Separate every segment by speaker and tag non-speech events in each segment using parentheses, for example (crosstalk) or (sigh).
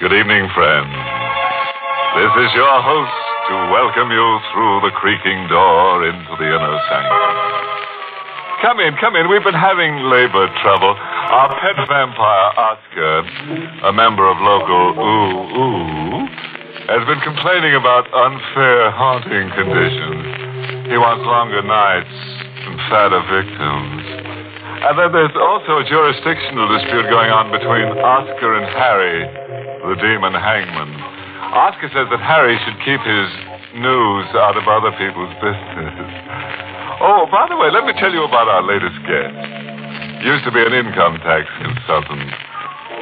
Speaker 1: Good evening, friends. This is your host to welcome you through the creaking door into the inner sanctum. Come in, come in. We've been having labor trouble. Our pet vampire, Oscar, a member of local Ooh Ooh, has been complaining about unfair haunting conditions. He wants longer nights and fatter victims. And then there's also a jurisdictional dispute going on between Oscar and Harry, the demon hangman. Oscar says that Harry should keep his news out of other people's business. Oh, by the way, let me tell you about our latest guest. Used to be an income tax consultant.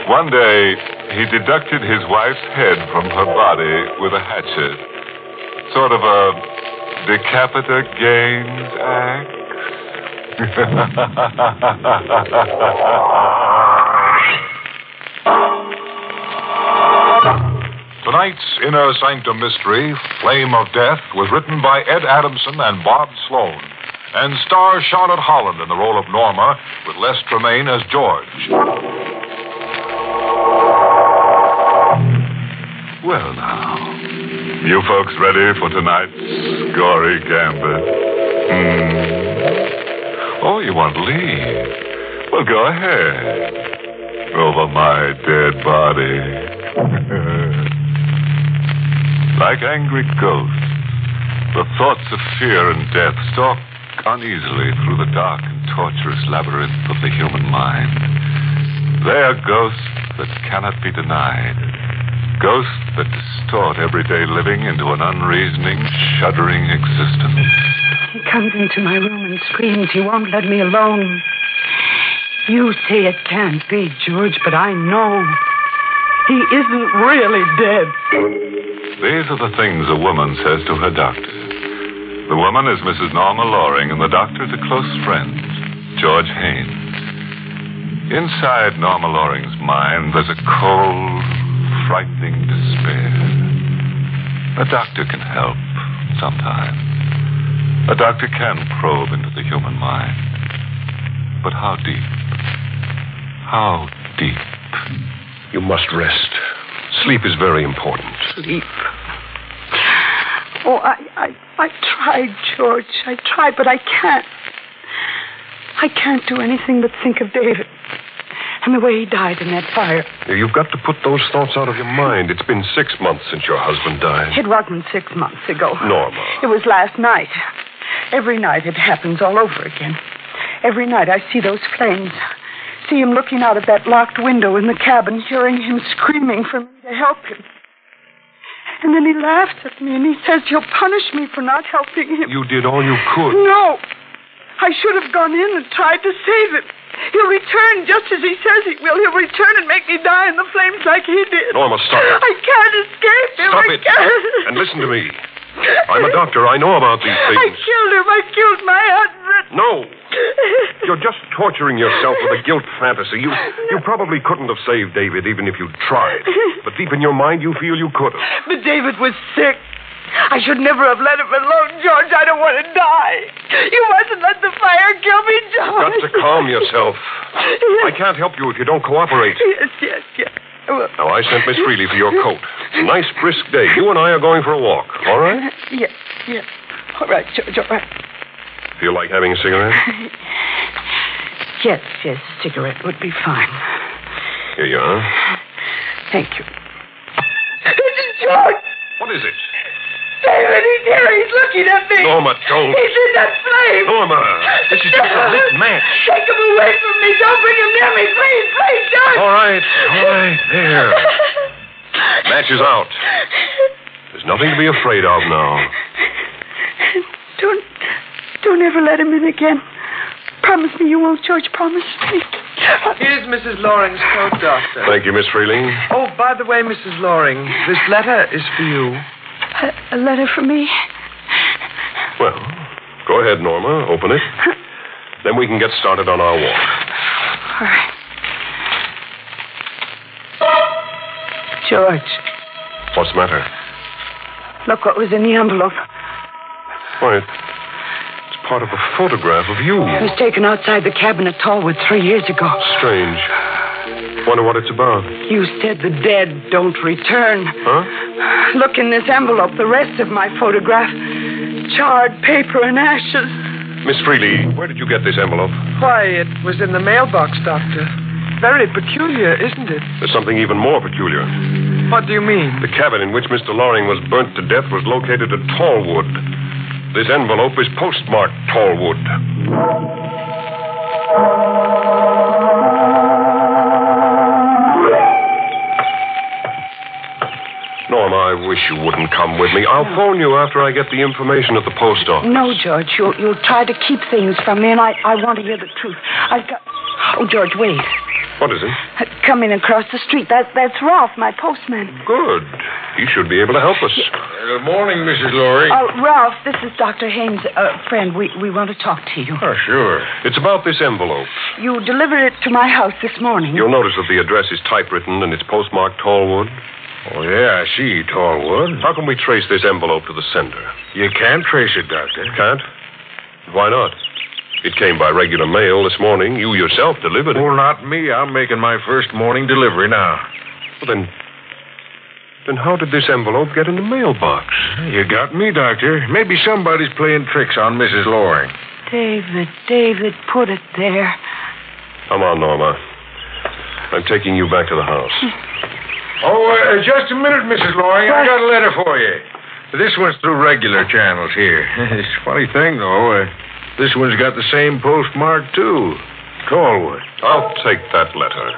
Speaker 1: One day, he deducted his wife's head from her body with a hatchet. Sort of a decapita gains act.
Speaker 2: Tonight's Inner Sanctum Mystery, Flame of Death, was written by Ed Adamson and Bob Sloan, and stars Charlotte Holland in the role of Norma, with Les Tremaine as George.
Speaker 1: Well, now. You folks ready for tonight's gory gambit? Hmm. Oh, you want to leave? Well, go ahead. Over my dead body. (laughs) like angry ghosts, the thoughts of fear and death stalk uneasily through the dark and torturous labyrinth of the human mind. They are ghosts that cannot be denied. Ghosts that distort everyday living into an unreasoning, shuddering existence.
Speaker 3: He comes into my room and screams, You won't let me alone. You say it can't be, George, but I know. He isn't really dead.
Speaker 1: These are the things a woman says to her doctor. The woman is Mrs. Norma Loring, and the doctor is a close friend, George Haynes. Inside Norma Loring's mind, there's a cold, frightening despair. A doctor can help sometimes. A doctor can probe into the human mind. But how deep? How deep?
Speaker 2: You must rest. Sleep is very important.
Speaker 3: Sleep. Oh, I, I, I tried, George. I tried, but I can't. I can't do anything but think of David and the way he died in that fire.
Speaker 2: You've got to put those thoughts out of your mind. It's been six months since your husband died.
Speaker 3: It wasn't six months ago.
Speaker 2: Norma.
Speaker 3: It was last night. Every night it happens all over again. Every night I see those flames. See him looking out of that locked window in the cabin, hearing him screaming for me to help him. And then he laughs at me and he says, You'll punish me for not helping him.
Speaker 2: You did all you could.
Speaker 3: No! I should have gone in and tried to save him. He'll return just as he says he will. He'll return and make me die in the flames like he did.
Speaker 2: Norma, stop it.
Speaker 3: I can't escape him.
Speaker 2: Stop
Speaker 3: I
Speaker 2: it.
Speaker 3: Can't.
Speaker 2: And listen to me. I'm a doctor. I know about these
Speaker 3: I
Speaker 2: things.
Speaker 3: killed him. I killed my husband.
Speaker 2: No. You're just torturing yourself with a guilt fantasy. You, you probably couldn't have saved David even if you'd tried. But deep in your mind, you feel you could have.
Speaker 3: But David was sick. I should never have let him alone, George. I don't want to die. You mustn't let the fire kill me, George.
Speaker 2: Got to calm yourself. I can't help you if you don't cooperate.
Speaker 3: Yes, yes, yes. Well,
Speaker 2: Now, I sent Miss Freely for your coat. A nice brisk day. You and I are going for a walk, all right?
Speaker 3: yes, yes. All right, George, all right.
Speaker 2: Feel like having a cigarette?
Speaker 3: Yes, yes, cigarette would be fine.
Speaker 2: Here you are.
Speaker 3: Thank you. This is George.
Speaker 2: What is it?
Speaker 3: David, he's here. He's looking at me.
Speaker 2: Norma, don't.
Speaker 3: He's in that flame.
Speaker 2: Norma, this is just a lit match.
Speaker 3: Take him away from me. Don't bring him near me. Please, please, George.
Speaker 2: All right, all right,
Speaker 3: (laughs)
Speaker 2: there. Match is out. There's nothing to be afraid of now.
Speaker 3: Don't, don't ever let him in again. Promise me you won't, George. Promise me.
Speaker 4: Here's Mrs. Loring's coat, Doctor.
Speaker 2: Thank you, Miss Freeling.
Speaker 4: Oh, by the way, Mrs. Loring, this letter is for you.
Speaker 3: A, a letter for me.
Speaker 2: Well, go ahead, Norma. Open it. Then we can get started on our walk.
Speaker 3: All right. George,
Speaker 2: What's the matter?
Speaker 3: look what was in the envelope.
Speaker 2: Why, it- it's part of a photograph of you.
Speaker 3: It was taken outside the cabin at Tallwood three years ago.
Speaker 2: Strange.
Speaker 5: Wonder what it's about.
Speaker 3: You said the dead don't return.
Speaker 5: Huh?
Speaker 3: Look in this envelope, the rest of my photograph. Charred paper and ashes.
Speaker 5: Miss Freely, where did you get this envelope?
Speaker 4: Why, it was in the mailbox, Doctor. Very peculiar, isn't it?
Speaker 5: There's something even more peculiar.
Speaker 4: What do you mean?
Speaker 5: The cabin in which Mr. Loring was burnt to death was located at Tallwood. This envelope is postmarked Tallwood. Norma, I wish you wouldn't come with me. I'll phone you after I get the information at the post office.
Speaker 3: No, George, you'll, you'll try to keep things from me, and I, I want to hear the truth. I've got. Oh, George, wait.
Speaker 5: What is it?
Speaker 3: Coming across the street. That, that's Ralph, my postman.
Speaker 5: Good. He should be able to help us.
Speaker 6: Good morning, Mrs. Lorry.
Speaker 3: Uh, Ralph, this is Dr. Haynes' uh, friend. We, we want to talk to you.
Speaker 6: Oh, sure.
Speaker 5: It's about this envelope.
Speaker 3: You delivered it to my house this morning.
Speaker 5: You'll notice that the address is typewritten and it's postmarked Tallwood.
Speaker 6: Oh, yeah, I see, Tallwood.
Speaker 5: How can we trace this envelope to the sender?
Speaker 6: You can't trace it, Doctor.
Speaker 5: Can't? Why not? It came by regular mail this morning. You yourself delivered it.
Speaker 6: Well, not me. I'm making my first morning delivery now.
Speaker 5: Well, then. Then how did this envelope get in the mailbox?
Speaker 6: You got me, Doctor. Maybe somebody's playing tricks on Mrs. Loring.
Speaker 3: David, David, put it there.
Speaker 5: Come on, Norma. I'm taking you back to the house.
Speaker 6: Oh, uh, just a minute, Mrs. Loring. I got a letter for you. This one's through regular channels here. (laughs) it's a funny thing, though. Uh, this one's got the same postmark, too. Tallwood.
Speaker 5: I'll take that letter.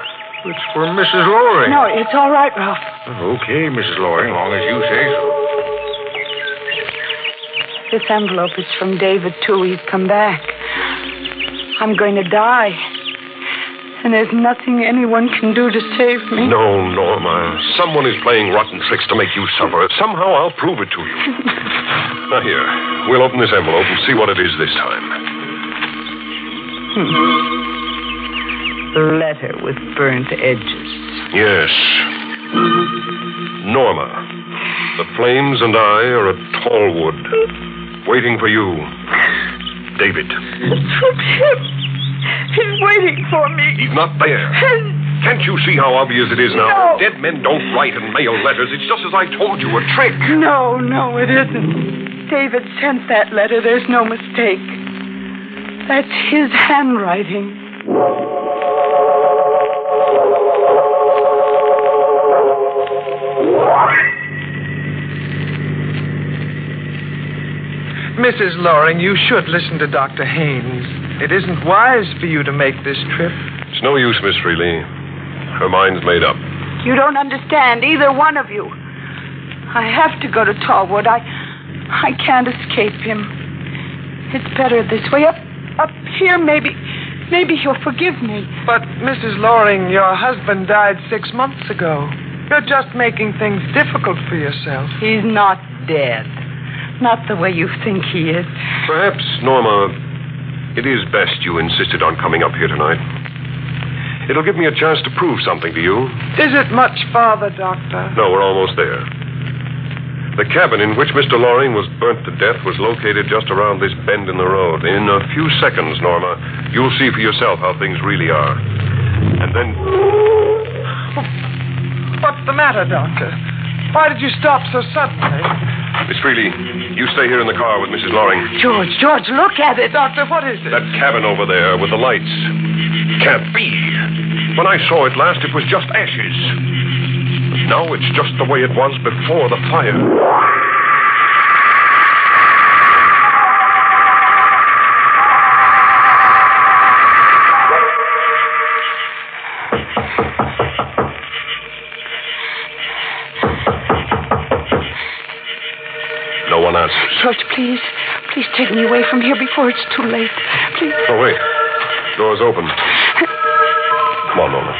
Speaker 6: It's for Mrs. Loring.
Speaker 3: No, it's all right, Ralph.
Speaker 6: Okay, Mrs. Loring, as long as you say so.
Speaker 3: This envelope is from David, too. He's come back. I'm going to die. And there's nothing anyone can do to save me.
Speaker 5: No, Norma. Someone is playing rotten tricks to make you suffer. Somehow I'll prove it to you. now, here. We'll open this envelope and see what it is this time.
Speaker 3: The letter with burnt edges.
Speaker 5: Yes. Norma, the flames and I are at Tallwood, waiting for you, David.
Speaker 3: It's from him. He's waiting for me.
Speaker 5: He's not there.
Speaker 3: And
Speaker 5: Can't you see how obvious it is now?
Speaker 3: No.
Speaker 5: Dead men don't write and mail letters. It's just as I told you, a trick.
Speaker 3: no, no, it isn't. David sent that letter. There's no mistake. That's his handwriting.
Speaker 4: Mrs. Loring, you should listen to Dr. Haynes. It isn't wise for you to make this trip.
Speaker 5: It's no use, Miss Freely. Her mind's made up.
Speaker 3: You don't understand, either one of you. I have to go to Tallwood. I, I can't escape him. It's better this way. Up, up here, maybe, maybe he'll forgive me.
Speaker 4: But, Mrs. Loring, your husband died six months ago. You're just making things difficult for yourself.
Speaker 3: He's not dead. Not the way you think he is.
Speaker 5: Perhaps, Norma, it is best you insisted on coming up here tonight. It'll give me a chance to prove something to you.
Speaker 4: Is it much farther, Doctor?
Speaker 5: No, we're almost there. The cabin in which Mr. Loring was burnt to death was located just around this bend in the road. In a few seconds, Norma, you'll see for yourself how things really are. And then.
Speaker 4: What's the matter, Doctor? Why did you stop so suddenly?
Speaker 5: Miss Freely, you stay here in the car with Mrs. Loring.
Speaker 3: George, George, look at it.
Speaker 4: Doctor, what is it?
Speaker 5: That cabin over there with the lights. Can't be. When I saw it last, it was just ashes. But now it's just the way it was before the fire. No one answers.
Speaker 3: George, please, please take me away from here before it's too late. Please.
Speaker 5: Oh, wait. Door's open. Come on, Norma.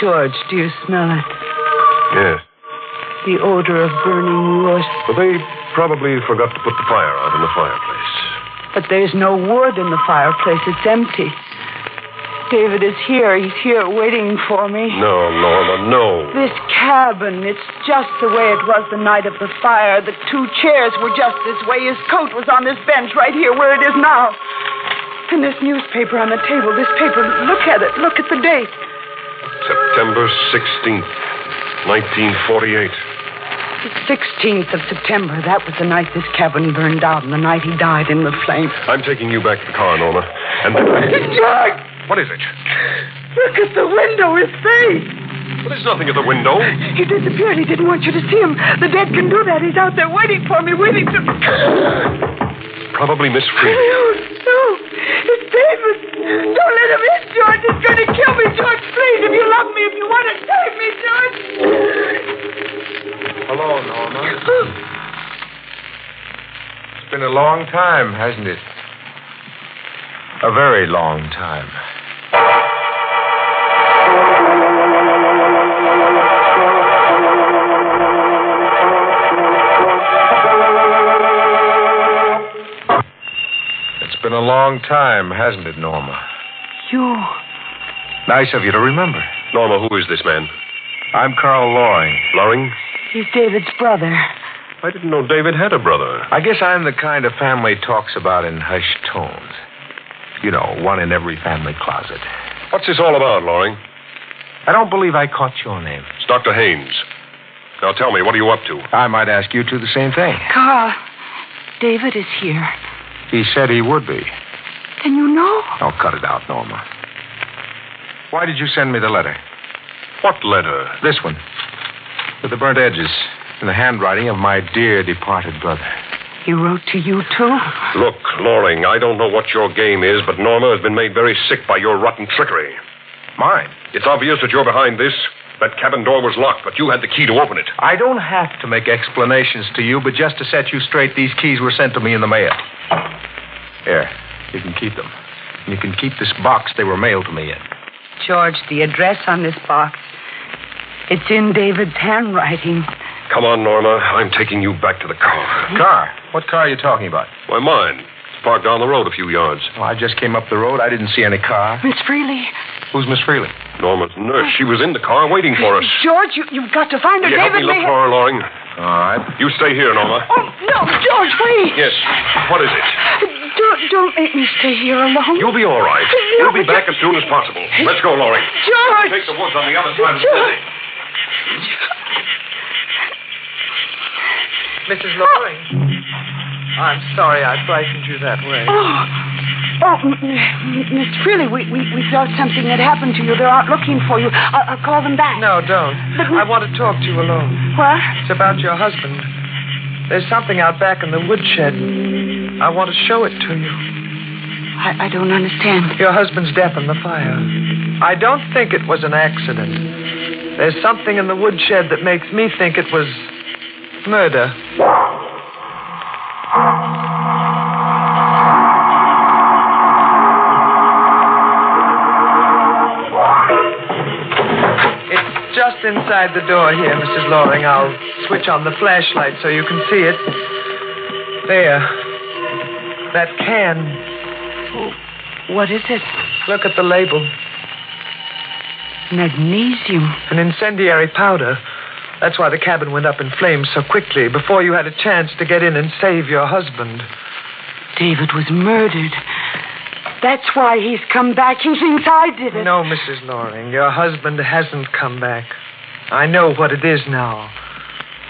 Speaker 3: George, do you smell it?
Speaker 5: Yes.
Speaker 3: The odor of burning wood.
Speaker 5: Well, they probably forgot to put the fire out in the fireplace.
Speaker 3: But there's no wood in the fireplace. It's empty. David is here. He's here waiting for me.
Speaker 5: No, Norma, no.
Speaker 3: This cabin, it's just the way it was the night of the fire. The two chairs were just this way. His coat was on this bench right here where it is now. And this newspaper on the table, this paper, look at it. Look at the date.
Speaker 5: September 16th, 1948.
Speaker 3: The 16th of September. That was the night this cabin burned down, the night he died in the flames.
Speaker 5: I'm taking you back to the car, Norma. And then.
Speaker 3: Jack,
Speaker 5: What is it?
Speaker 3: look at the window. His face.
Speaker 5: Well, there's nothing at the window.
Speaker 3: He disappeared. He didn't want you to see him. The dead can do that. He's out there waiting for me, waiting to.
Speaker 5: Probably Miss
Speaker 3: No,
Speaker 5: Freeman.
Speaker 3: Oh, no. It's David. Don't let him in, George. It's going to kill me, George. Please, if you love me, if you want to save me, George.
Speaker 6: Hello, Norma. It's been a long time, hasn't it? A very long time. It's been a long time, hasn't it, Norma?
Speaker 3: You.
Speaker 6: Nice of you to remember.
Speaker 5: Norma, who is this man?
Speaker 6: I'm Carl Loring.
Speaker 5: Loring?
Speaker 3: He's David's brother.
Speaker 5: I didn't know David had a brother.
Speaker 6: I guess I'm the kind of family talks about in hushed tones. You know, one in every family closet.
Speaker 5: What's this all about, Loring?
Speaker 6: I don't believe I caught your name.
Speaker 5: It's Dr. Haynes. Now tell me, what are you up to?
Speaker 6: I might ask you two the same thing.
Speaker 3: Carl, David is here.
Speaker 6: He said he would be.
Speaker 3: Then you know.
Speaker 6: Oh, cut it out, Norma. Why did you send me the letter?
Speaker 5: What letter?
Speaker 6: This one. With the burnt edges. In the handwriting of my dear departed brother.
Speaker 3: He wrote to you, too?
Speaker 5: Look, Loring, I don't know what your game is, but Norma has been made very sick by your rotten trickery.
Speaker 6: Mine?
Speaker 5: It's obvious that you're behind this. That cabin door was locked, but you had the key to open it.
Speaker 6: I don't have to make explanations to you, but just to set you straight, these keys were sent to me in the mail. Here, you can keep them. And you can keep this box they were mailed to me in.
Speaker 3: George, the address on this box. It's in David's handwriting.
Speaker 5: Come on, Norma. I'm taking you back to the car.
Speaker 6: Car? What car are you talking about?
Speaker 5: Why, mine. It's parked down the road a few yards.
Speaker 6: Well, I just came up the road. I didn't see any car.
Speaker 3: Miss Freely.
Speaker 6: Who's Miss Freeling?
Speaker 5: Norma's nurse. She was in the car waiting for us.
Speaker 3: George, you, you've got to find her.
Speaker 5: Will you help me
Speaker 3: David
Speaker 5: look
Speaker 3: may-
Speaker 5: for her, Loring?
Speaker 6: All right.
Speaker 5: You stay here, Norma.
Speaker 3: Oh, no, George, wait.
Speaker 5: Yes. What is it?
Speaker 3: Don't, don't make me stay here alone.
Speaker 5: You'll be all right.
Speaker 3: No,
Speaker 5: You'll be
Speaker 3: but
Speaker 5: back as soon as possible. Let's go, Loring.
Speaker 3: George!
Speaker 5: Take the woods on the other side of the
Speaker 3: George!
Speaker 5: city.
Speaker 4: Mrs. Loring. I'm sorry I frightened you that way.
Speaker 3: Oh, oh m- m- Miss Freely, we, we, we saw something that happened to you. They're out looking for you. I'll, I'll call them back.
Speaker 4: No, don't. I want to talk to you alone.
Speaker 3: What?
Speaker 4: It's about your husband. There's something out back in the woodshed. I want to show it to you.
Speaker 3: I, I don't understand.
Speaker 4: Your husband's death in the fire. I don't think it was an accident. There's something in the woodshed that makes me think it was murder. It's just inside the door here, Mrs. Loring. I'll switch on the flashlight so you can see it. There. That can
Speaker 3: What is it?
Speaker 4: Look at the label.
Speaker 3: Magnesium.
Speaker 4: An incendiary powder. That's why the cabin went up in flames so quickly, before you had a chance to get in and save your husband.
Speaker 3: David was murdered. That's why he's come back. He thinks I did it.
Speaker 4: No, Mrs. Loring, your husband hasn't come back. I know what it is now.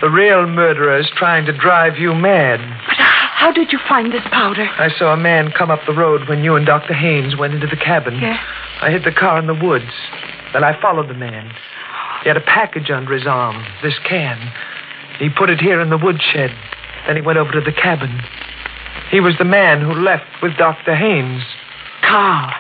Speaker 4: The real murderer is trying to drive you mad.
Speaker 3: But how did you find this powder?
Speaker 4: I saw a man come up the road when you and Dr. Haynes went into the cabin.
Speaker 3: Yes.
Speaker 4: I hid the car in the woods. Then I followed the man. He had a package under his arm, this can. He put it here in the woodshed. Then he went over to the cabin. He was the man who left with Dr. Haynes.
Speaker 3: Carl.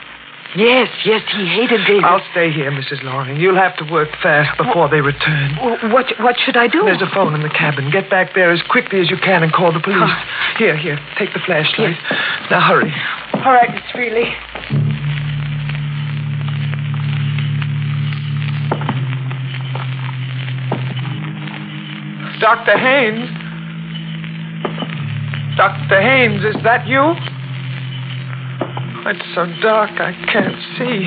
Speaker 3: Yes, yes, he hated David.
Speaker 4: I'll stay here, Mrs. Loring. You'll have to work fast before they return.
Speaker 3: W- What, what should I do?
Speaker 4: There's a phone in the cabin. Get back there as quickly as you can and call the police. Here, here. Take the flashlight. Now hurry.
Speaker 3: All right, Miss Freely.
Speaker 4: Dr. Haynes? Dr. Haynes, is that you? It's so dark I can't see.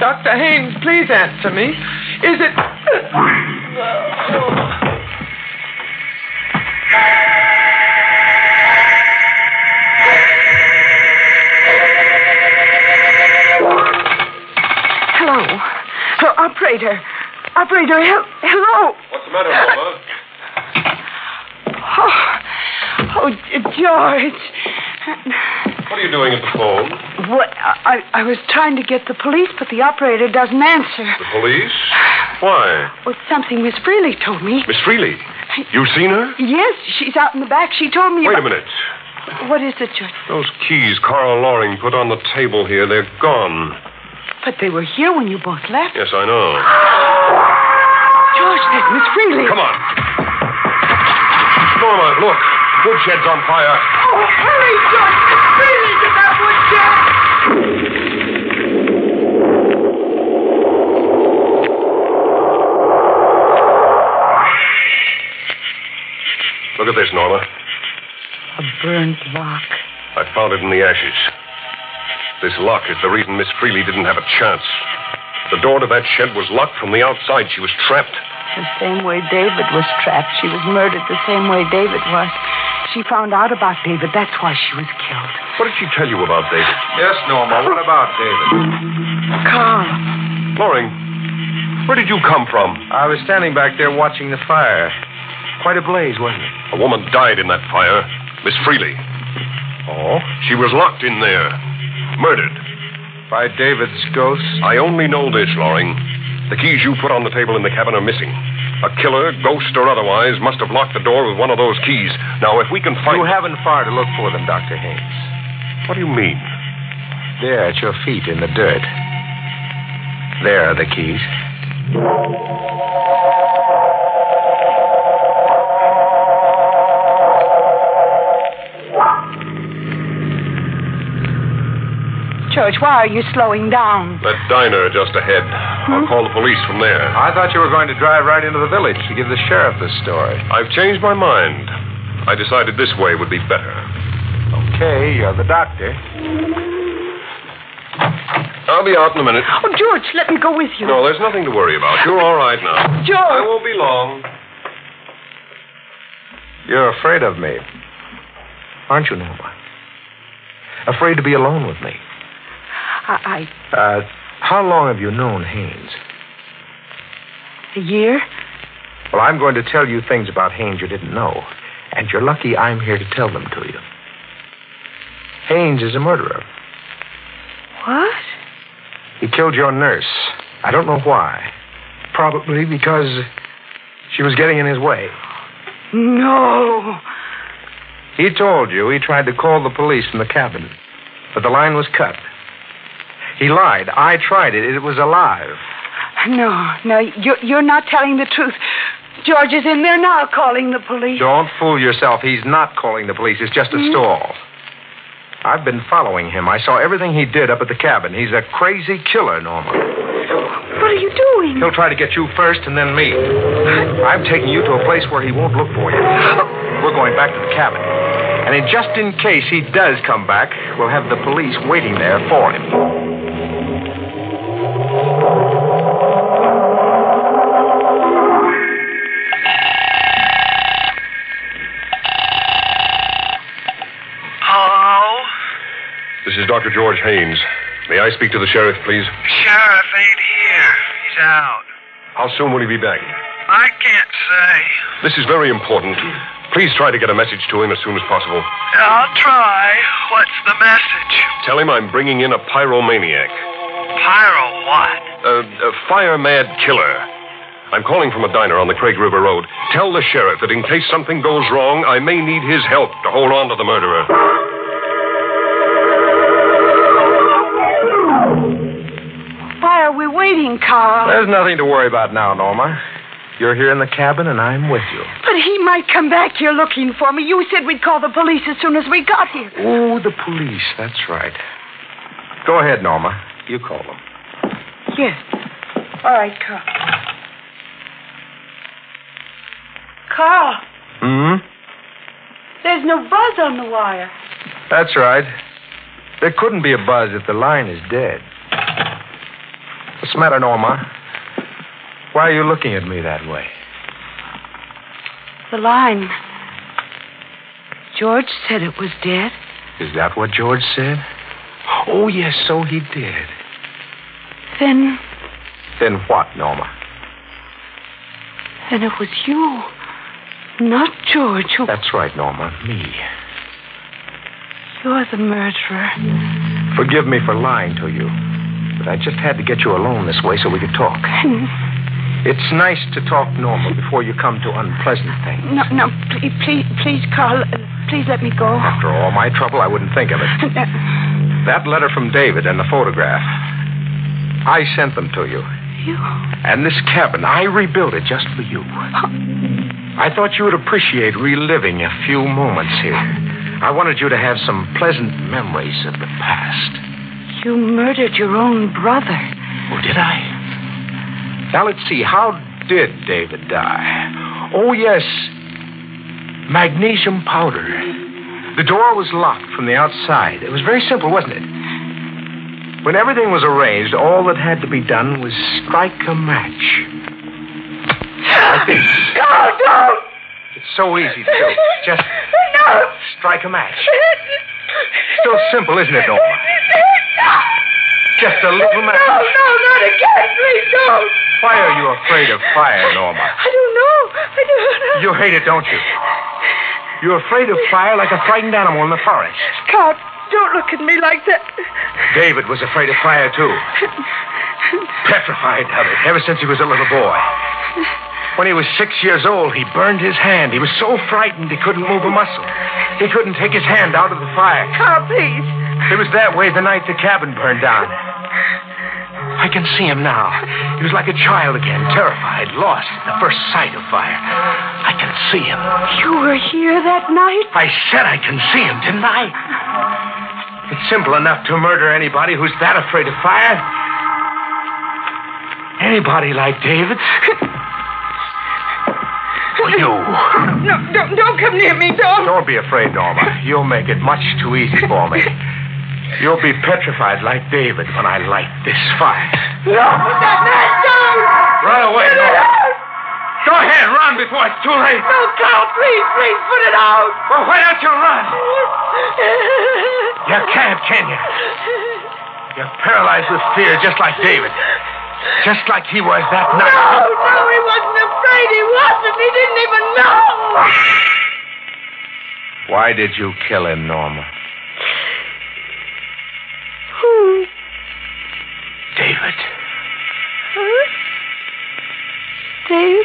Speaker 4: Dr. Haynes, please answer me. Is it.
Speaker 3: Operator. Operator, hel- hello.
Speaker 5: What's the matter, Norma?
Speaker 3: Oh, oh, G- George.
Speaker 5: What are you doing at the phone?
Speaker 3: What? I, I was trying to get the police, but the operator doesn't answer.
Speaker 5: The police? Why?
Speaker 3: Well, something Miss Freely told me.
Speaker 5: Miss Freely. You've seen her?
Speaker 3: Yes, she's out in the back. She told me.
Speaker 5: Wait a
Speaker 3: about-
Speaker 5: minute.
Speaker 3: What is it, George?
Speaker 5: Those keys Carl Loring put on the table here, they're gone.
Speaker 3: But they were here when you both left.
Speaker 5: Yes, I know.
Speaker 3: George, that's Miss Freely.
Speaker 5: Come on. Norma, look. Woodshed's on fire.
Speaker 3: Oh, hurry, George. Miss Freely, get that woodshed.
Speaker 5: Look at this, Norma.
Speaker 3: A burned lock.
Speaker 5: I found it in the ashes. This lock is the reason Miss Freely didn't have a chance. The door to that shed was locked from the outside. She was trapped.
Speaker 3: The same way David was trapped. She was murdered the same way David was. She found out about David. That's why she was killed.
Speaker 5: What did she tell you about David?
Speaker 2: Yes, Norma. What about David?
Speaker 3: Carl.
Speaker 5: Loring, where did you come from?
Speaker 6: I was standing back there watching the fire.
Speaker 4: Quite a blaze, wasn't it?
Speaker 5: A woman died in that fire. Miss Freely.
Speaker 6: Oh?
Speaker 5: She was locked in there. Murdered.
Speaker 6: By David's ghost?
Speaker 5: I only know this, Loring. The keys you put on the table in the cabin are missing. A killer, ghost or otherwise, must have locked the door with one of those keys. Now, if we can find.
Speaker 6: You haven't far to look for them, Dr. Haynes.
Speaker 5: What do you mean?
Speaker 6: There, at your feet in the dirt. There are the keys.
Speaker 3: George, why are you slowing down?
Speaker 5: That diner just ahead.
Speaker 3: Hmm?
Speaker 5: I'll call the police from there.
Speaker 6: I thought you were going to drive right into the village to give the sheriff this story.
Speaker 5: I've changed my mind. I decided this way would be better.
Speaker 6: Okay, you're the doctor.
Speaker 5: I'll be out in a minute.
Speaker 3: Oh, George, let me go with you.
Speaker 5: No, there's nothing to worry about. You're all right now.
Speaker 3: George.
Speaker 5: I won't be long.
Speaker 6: You're afraid of me.
Speaker 4: Aren't you, Norma? Afraid to be alone with me.
Speaker 3: I,
Speaker 6: Uh, how long have you known Haynes?
Speaker 3: I, a year?
Speaker 6: Well, I'm going to tell you things about Haynes you didn't know, and you're lucky I'm here to tell them to you. Haynes is a murderer.
Speaker 3: What?
Speaker 6: He killed your nurse. I don't know why. Probably because she was getting in his way.
Speaker 3: No.
Speaker 6: He told you he tried to call the police from the cabin, but the line was cut. He lied. I tried it. It was alive.
Speaker 3: No, no, you're, you're not telling the truth. George is in there now calling the police.
Speaker 6: Don't fool yourself. He's not calling the police. It's just a stall. I've been following him. I saw everything he did up at the cabin. He's a crazy killer, Norma.
Speaker 3: What are you doing?
Speaker 6: He'll try to get you first and then me. I'm taking you to a place where he won't look for you. We're going back to the cabin. And in just in case he does come back, we'll have the police waiting there for him.
Speaker 7: Hello?
Speaker 5: This is Dr. George Haynes. May I speak to the sheriff, please?
Speaker 7: Sheriff ain't here. He's out.
Speaker 5: How soon will he be back?
Speaker 7: I can't say.
Speaker 5: This is very important. Please try to get a message to him as soon as possible.
Speaker 7: I'll try. What's the message?
Speaker 5: Tell him I'm bringing in a pyromaniac,
Speaker 7: Pyro what?
Speaker 5: a, a fire mad killer. I'm calling from a diner on the Craig River Road. Tell the sheriff that in case something goes wrong, I may need his help to hold on to the murderer.
Speaker 3: Why are we waiting, Carl?
Speaker 6: There's nothing to worry about now, Norma. You're here in the cabin, and I'm with you.
Speaker 3: But he might come back here looking for me. You said we'd call the police as soon as we got here.
Speaker 6: Oh, the police. That's right. Go ahead, Norma. You call them.
Speaker 3: Yes. All right, Carl. Carl,
Speaker 6: Hmm?
Speaker 3: there's no buzz on the wire.
Speaker 6: That's right. There couldn't be a buzz if the line is dead. What's the matter, Norma? Why are you looking at me that way?
Speaker 3: The line. George said it was dead.
Speaker 6: Is that what George said? Oh, yes, so he did.
Speaker 3: Then
Speaker 6: Then what, Norma?
Speaker 3: And it was you, not George, who.
Speaker 6: That's right, Norma. Me.
Speaker 3: You're the murderer.
Speaker 6: Forgive me for lying to you, but I just had to get you alone this way so we could talk. It's nice to talk, Norma, before you come to unpleasant things.
Speaker 3: No, no, please, please, please Carl, uh, please let me go.
Speaker 6: After all my trouble, I wouldn't think of it. That letter from David and the photograph. I sent them to you.
Speaker 3: You.
Speaker 6: And this cabin, I rebuilt it just for you. I thought you would appreciate reliving a few moments here. I wanted you to have some pleasant memories of the past.
Speaker 3: You murdered your own brother.
Speaker 6: Oh, did I? Now let's see. How did David die? Oh, yes. Magnesium powder. The door was locked from the outside. It was very simple, wasn't it? When everything was arranged, all that had to be done was strike a match. Like this.
Speaker 3: Carl, don't!
Speaker 6: It's so easy to do. Just
Speaker 3: No!
Speaker 6: strike a match. Still simple, isn't it, Norma? Just a little match.
Speaker 3: No, no, not again. Please don't.
Speaker 6: Why are you afraid of fire, Norma?
Speaker 3: I don't know. I don't know.
Speaker 6: You hate it, don't you? You're afraid of fire like a frightened animal in the forest.
Speaker 3: Carl, don't look at me like that.
Speaker 6: David was afraid of fire, too. Petrified of it ever since he was a little boy. When he was six years old, he burned his hand. He was so frightened he couldn't move a muscle. He couldn't take his hand out of the fire.
Speaker 3: Carl, please.
Speaker 6: It was that way the night the cabin burned down. I can see him now. He was like a child again, terrified, lost at the first sight of fire. I can see him.
Speaker 3: You were here that night?
Speaker 6: I said I can see him, didn't I? It's simple enough to murder anybody who's that afraid of fire. Anybody like David. Or you.
Speaker 3: No, don't, don't come near me. Don't.
Speaker 6: Don't be afraid, Norma. You'll make it much too easy for me. You'll be petrified like David when I light this fire.
Speaker 3: That man, don't.
Speaker 6: Run away,
Speaker 3: Put it
Speaker 6: Norma.
Speaker 3: out.
Speaker 6: Go ahead, run before it's too late.
Speaker 3: No, Carl, please, please, put it out.
Speaker 6: Well, why don't you run? You can't, can you? You're paralyzed with fear, just like David. Just like he was that night.
Speaker 3: No, no, he wasn't afraid. He wasn't. He didn't even know.
Speaker 6: Why did you kill him, Norma?
Speaker 3: Who?
Speaker 6: (laughs) David.
Speaker 3: Huh? Dave?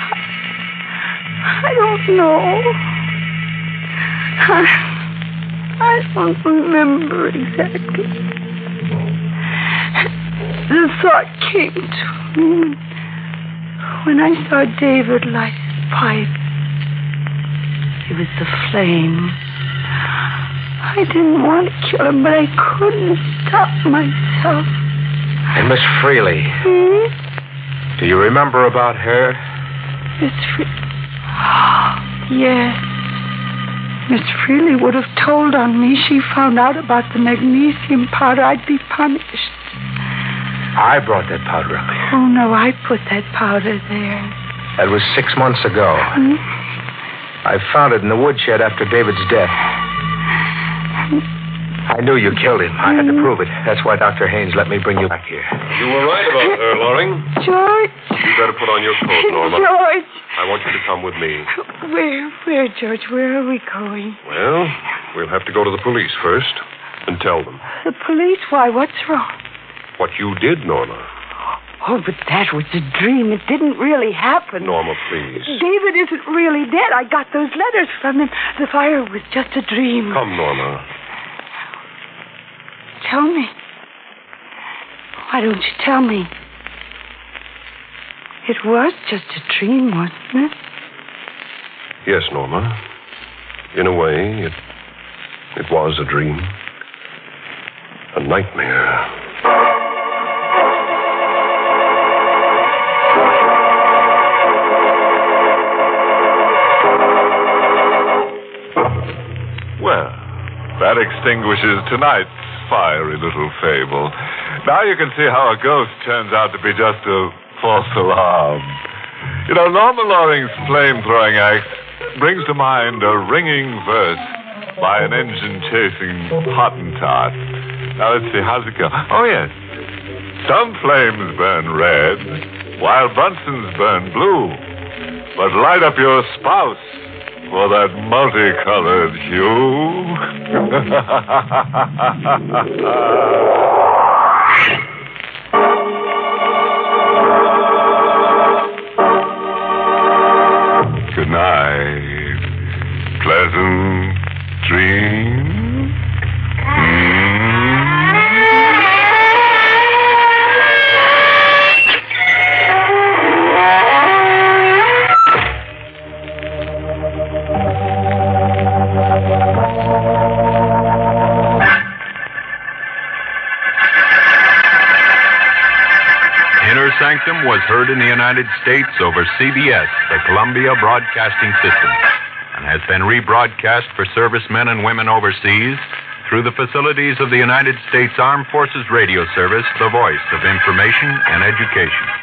Speaker 3: I, I don't know. I, I don't remember exactly. The thought came to me when I saw David light his pipe. It was the flame. I didn't want to kill him, but I couldn't stop myself.
Speaker 6: And Miss Freely,
Speaker 3: Hmm?
Speaker 6: do you remember about her?
Speaker 3: Miss Free. yes. Miss Freely would have told on me. She found out about the magnesium powder. I'd be punished.
Speaker 6: I brought that powder up here.
Speaker 3: Oh, no, I put that powder there.
Speaker 6: That was six months ago.
Speaker 3: Hmm?
Speaker 6: I found it in the woodshed after David's death. I knew you killed him. I had to prove it. That's why Dr. Haynes let me bring you back here.
Speaker 5: You were right about her, Loring.
Speaker 3: George?
Speaker 5: You better put on your coat, Norma.
Speaker 3: George.
Speaker 5: I want you to come with me.
Speaker 3: Where, where, George? Where are we going?
Speaker 5: Well, we'll have to go to the police first and tell them
Speaker 3: The police? Why, what's wrong?
Speaker 5: what you did, Norma.
Speaker 3: Oh, but that was a dream. It didn't really happen.
Speaker 5: Norma, please.
Speaker 3: David isn't really dead. I got those letters from him. The fire was just a dream.
Speaker 5: Come, Norma.
Speaker 3: Tell me. Why don't you tell me? It was just a dream, wasn't it?
Speaker 5: Yes, Norma. In a way, it it was a dream. A nightmare.
Speaker 1: Well, that extinguishes tonight's fiery little fable. Now you can see how a ghost turns out to be just a false alarm. You know, Norma Loring's flame throwing act brings to mind a ringing verse by an engine chasing Hottentot. Now let's see, how's it go? Oh, yes. Some flames burn red, while Bunsen's burn blue. But light up your spouse for that multicolored (laughs) hue. Good night. Pleasant dreams. Hmm.
Speaker 8: Inner Sanctum was heard in the United States over CBS, the Columbia Broadcasting System, and has been rebroadcast for servicemen and women overseas through the facilities of the United States Armed Forces Radio Service, the voice of information and education.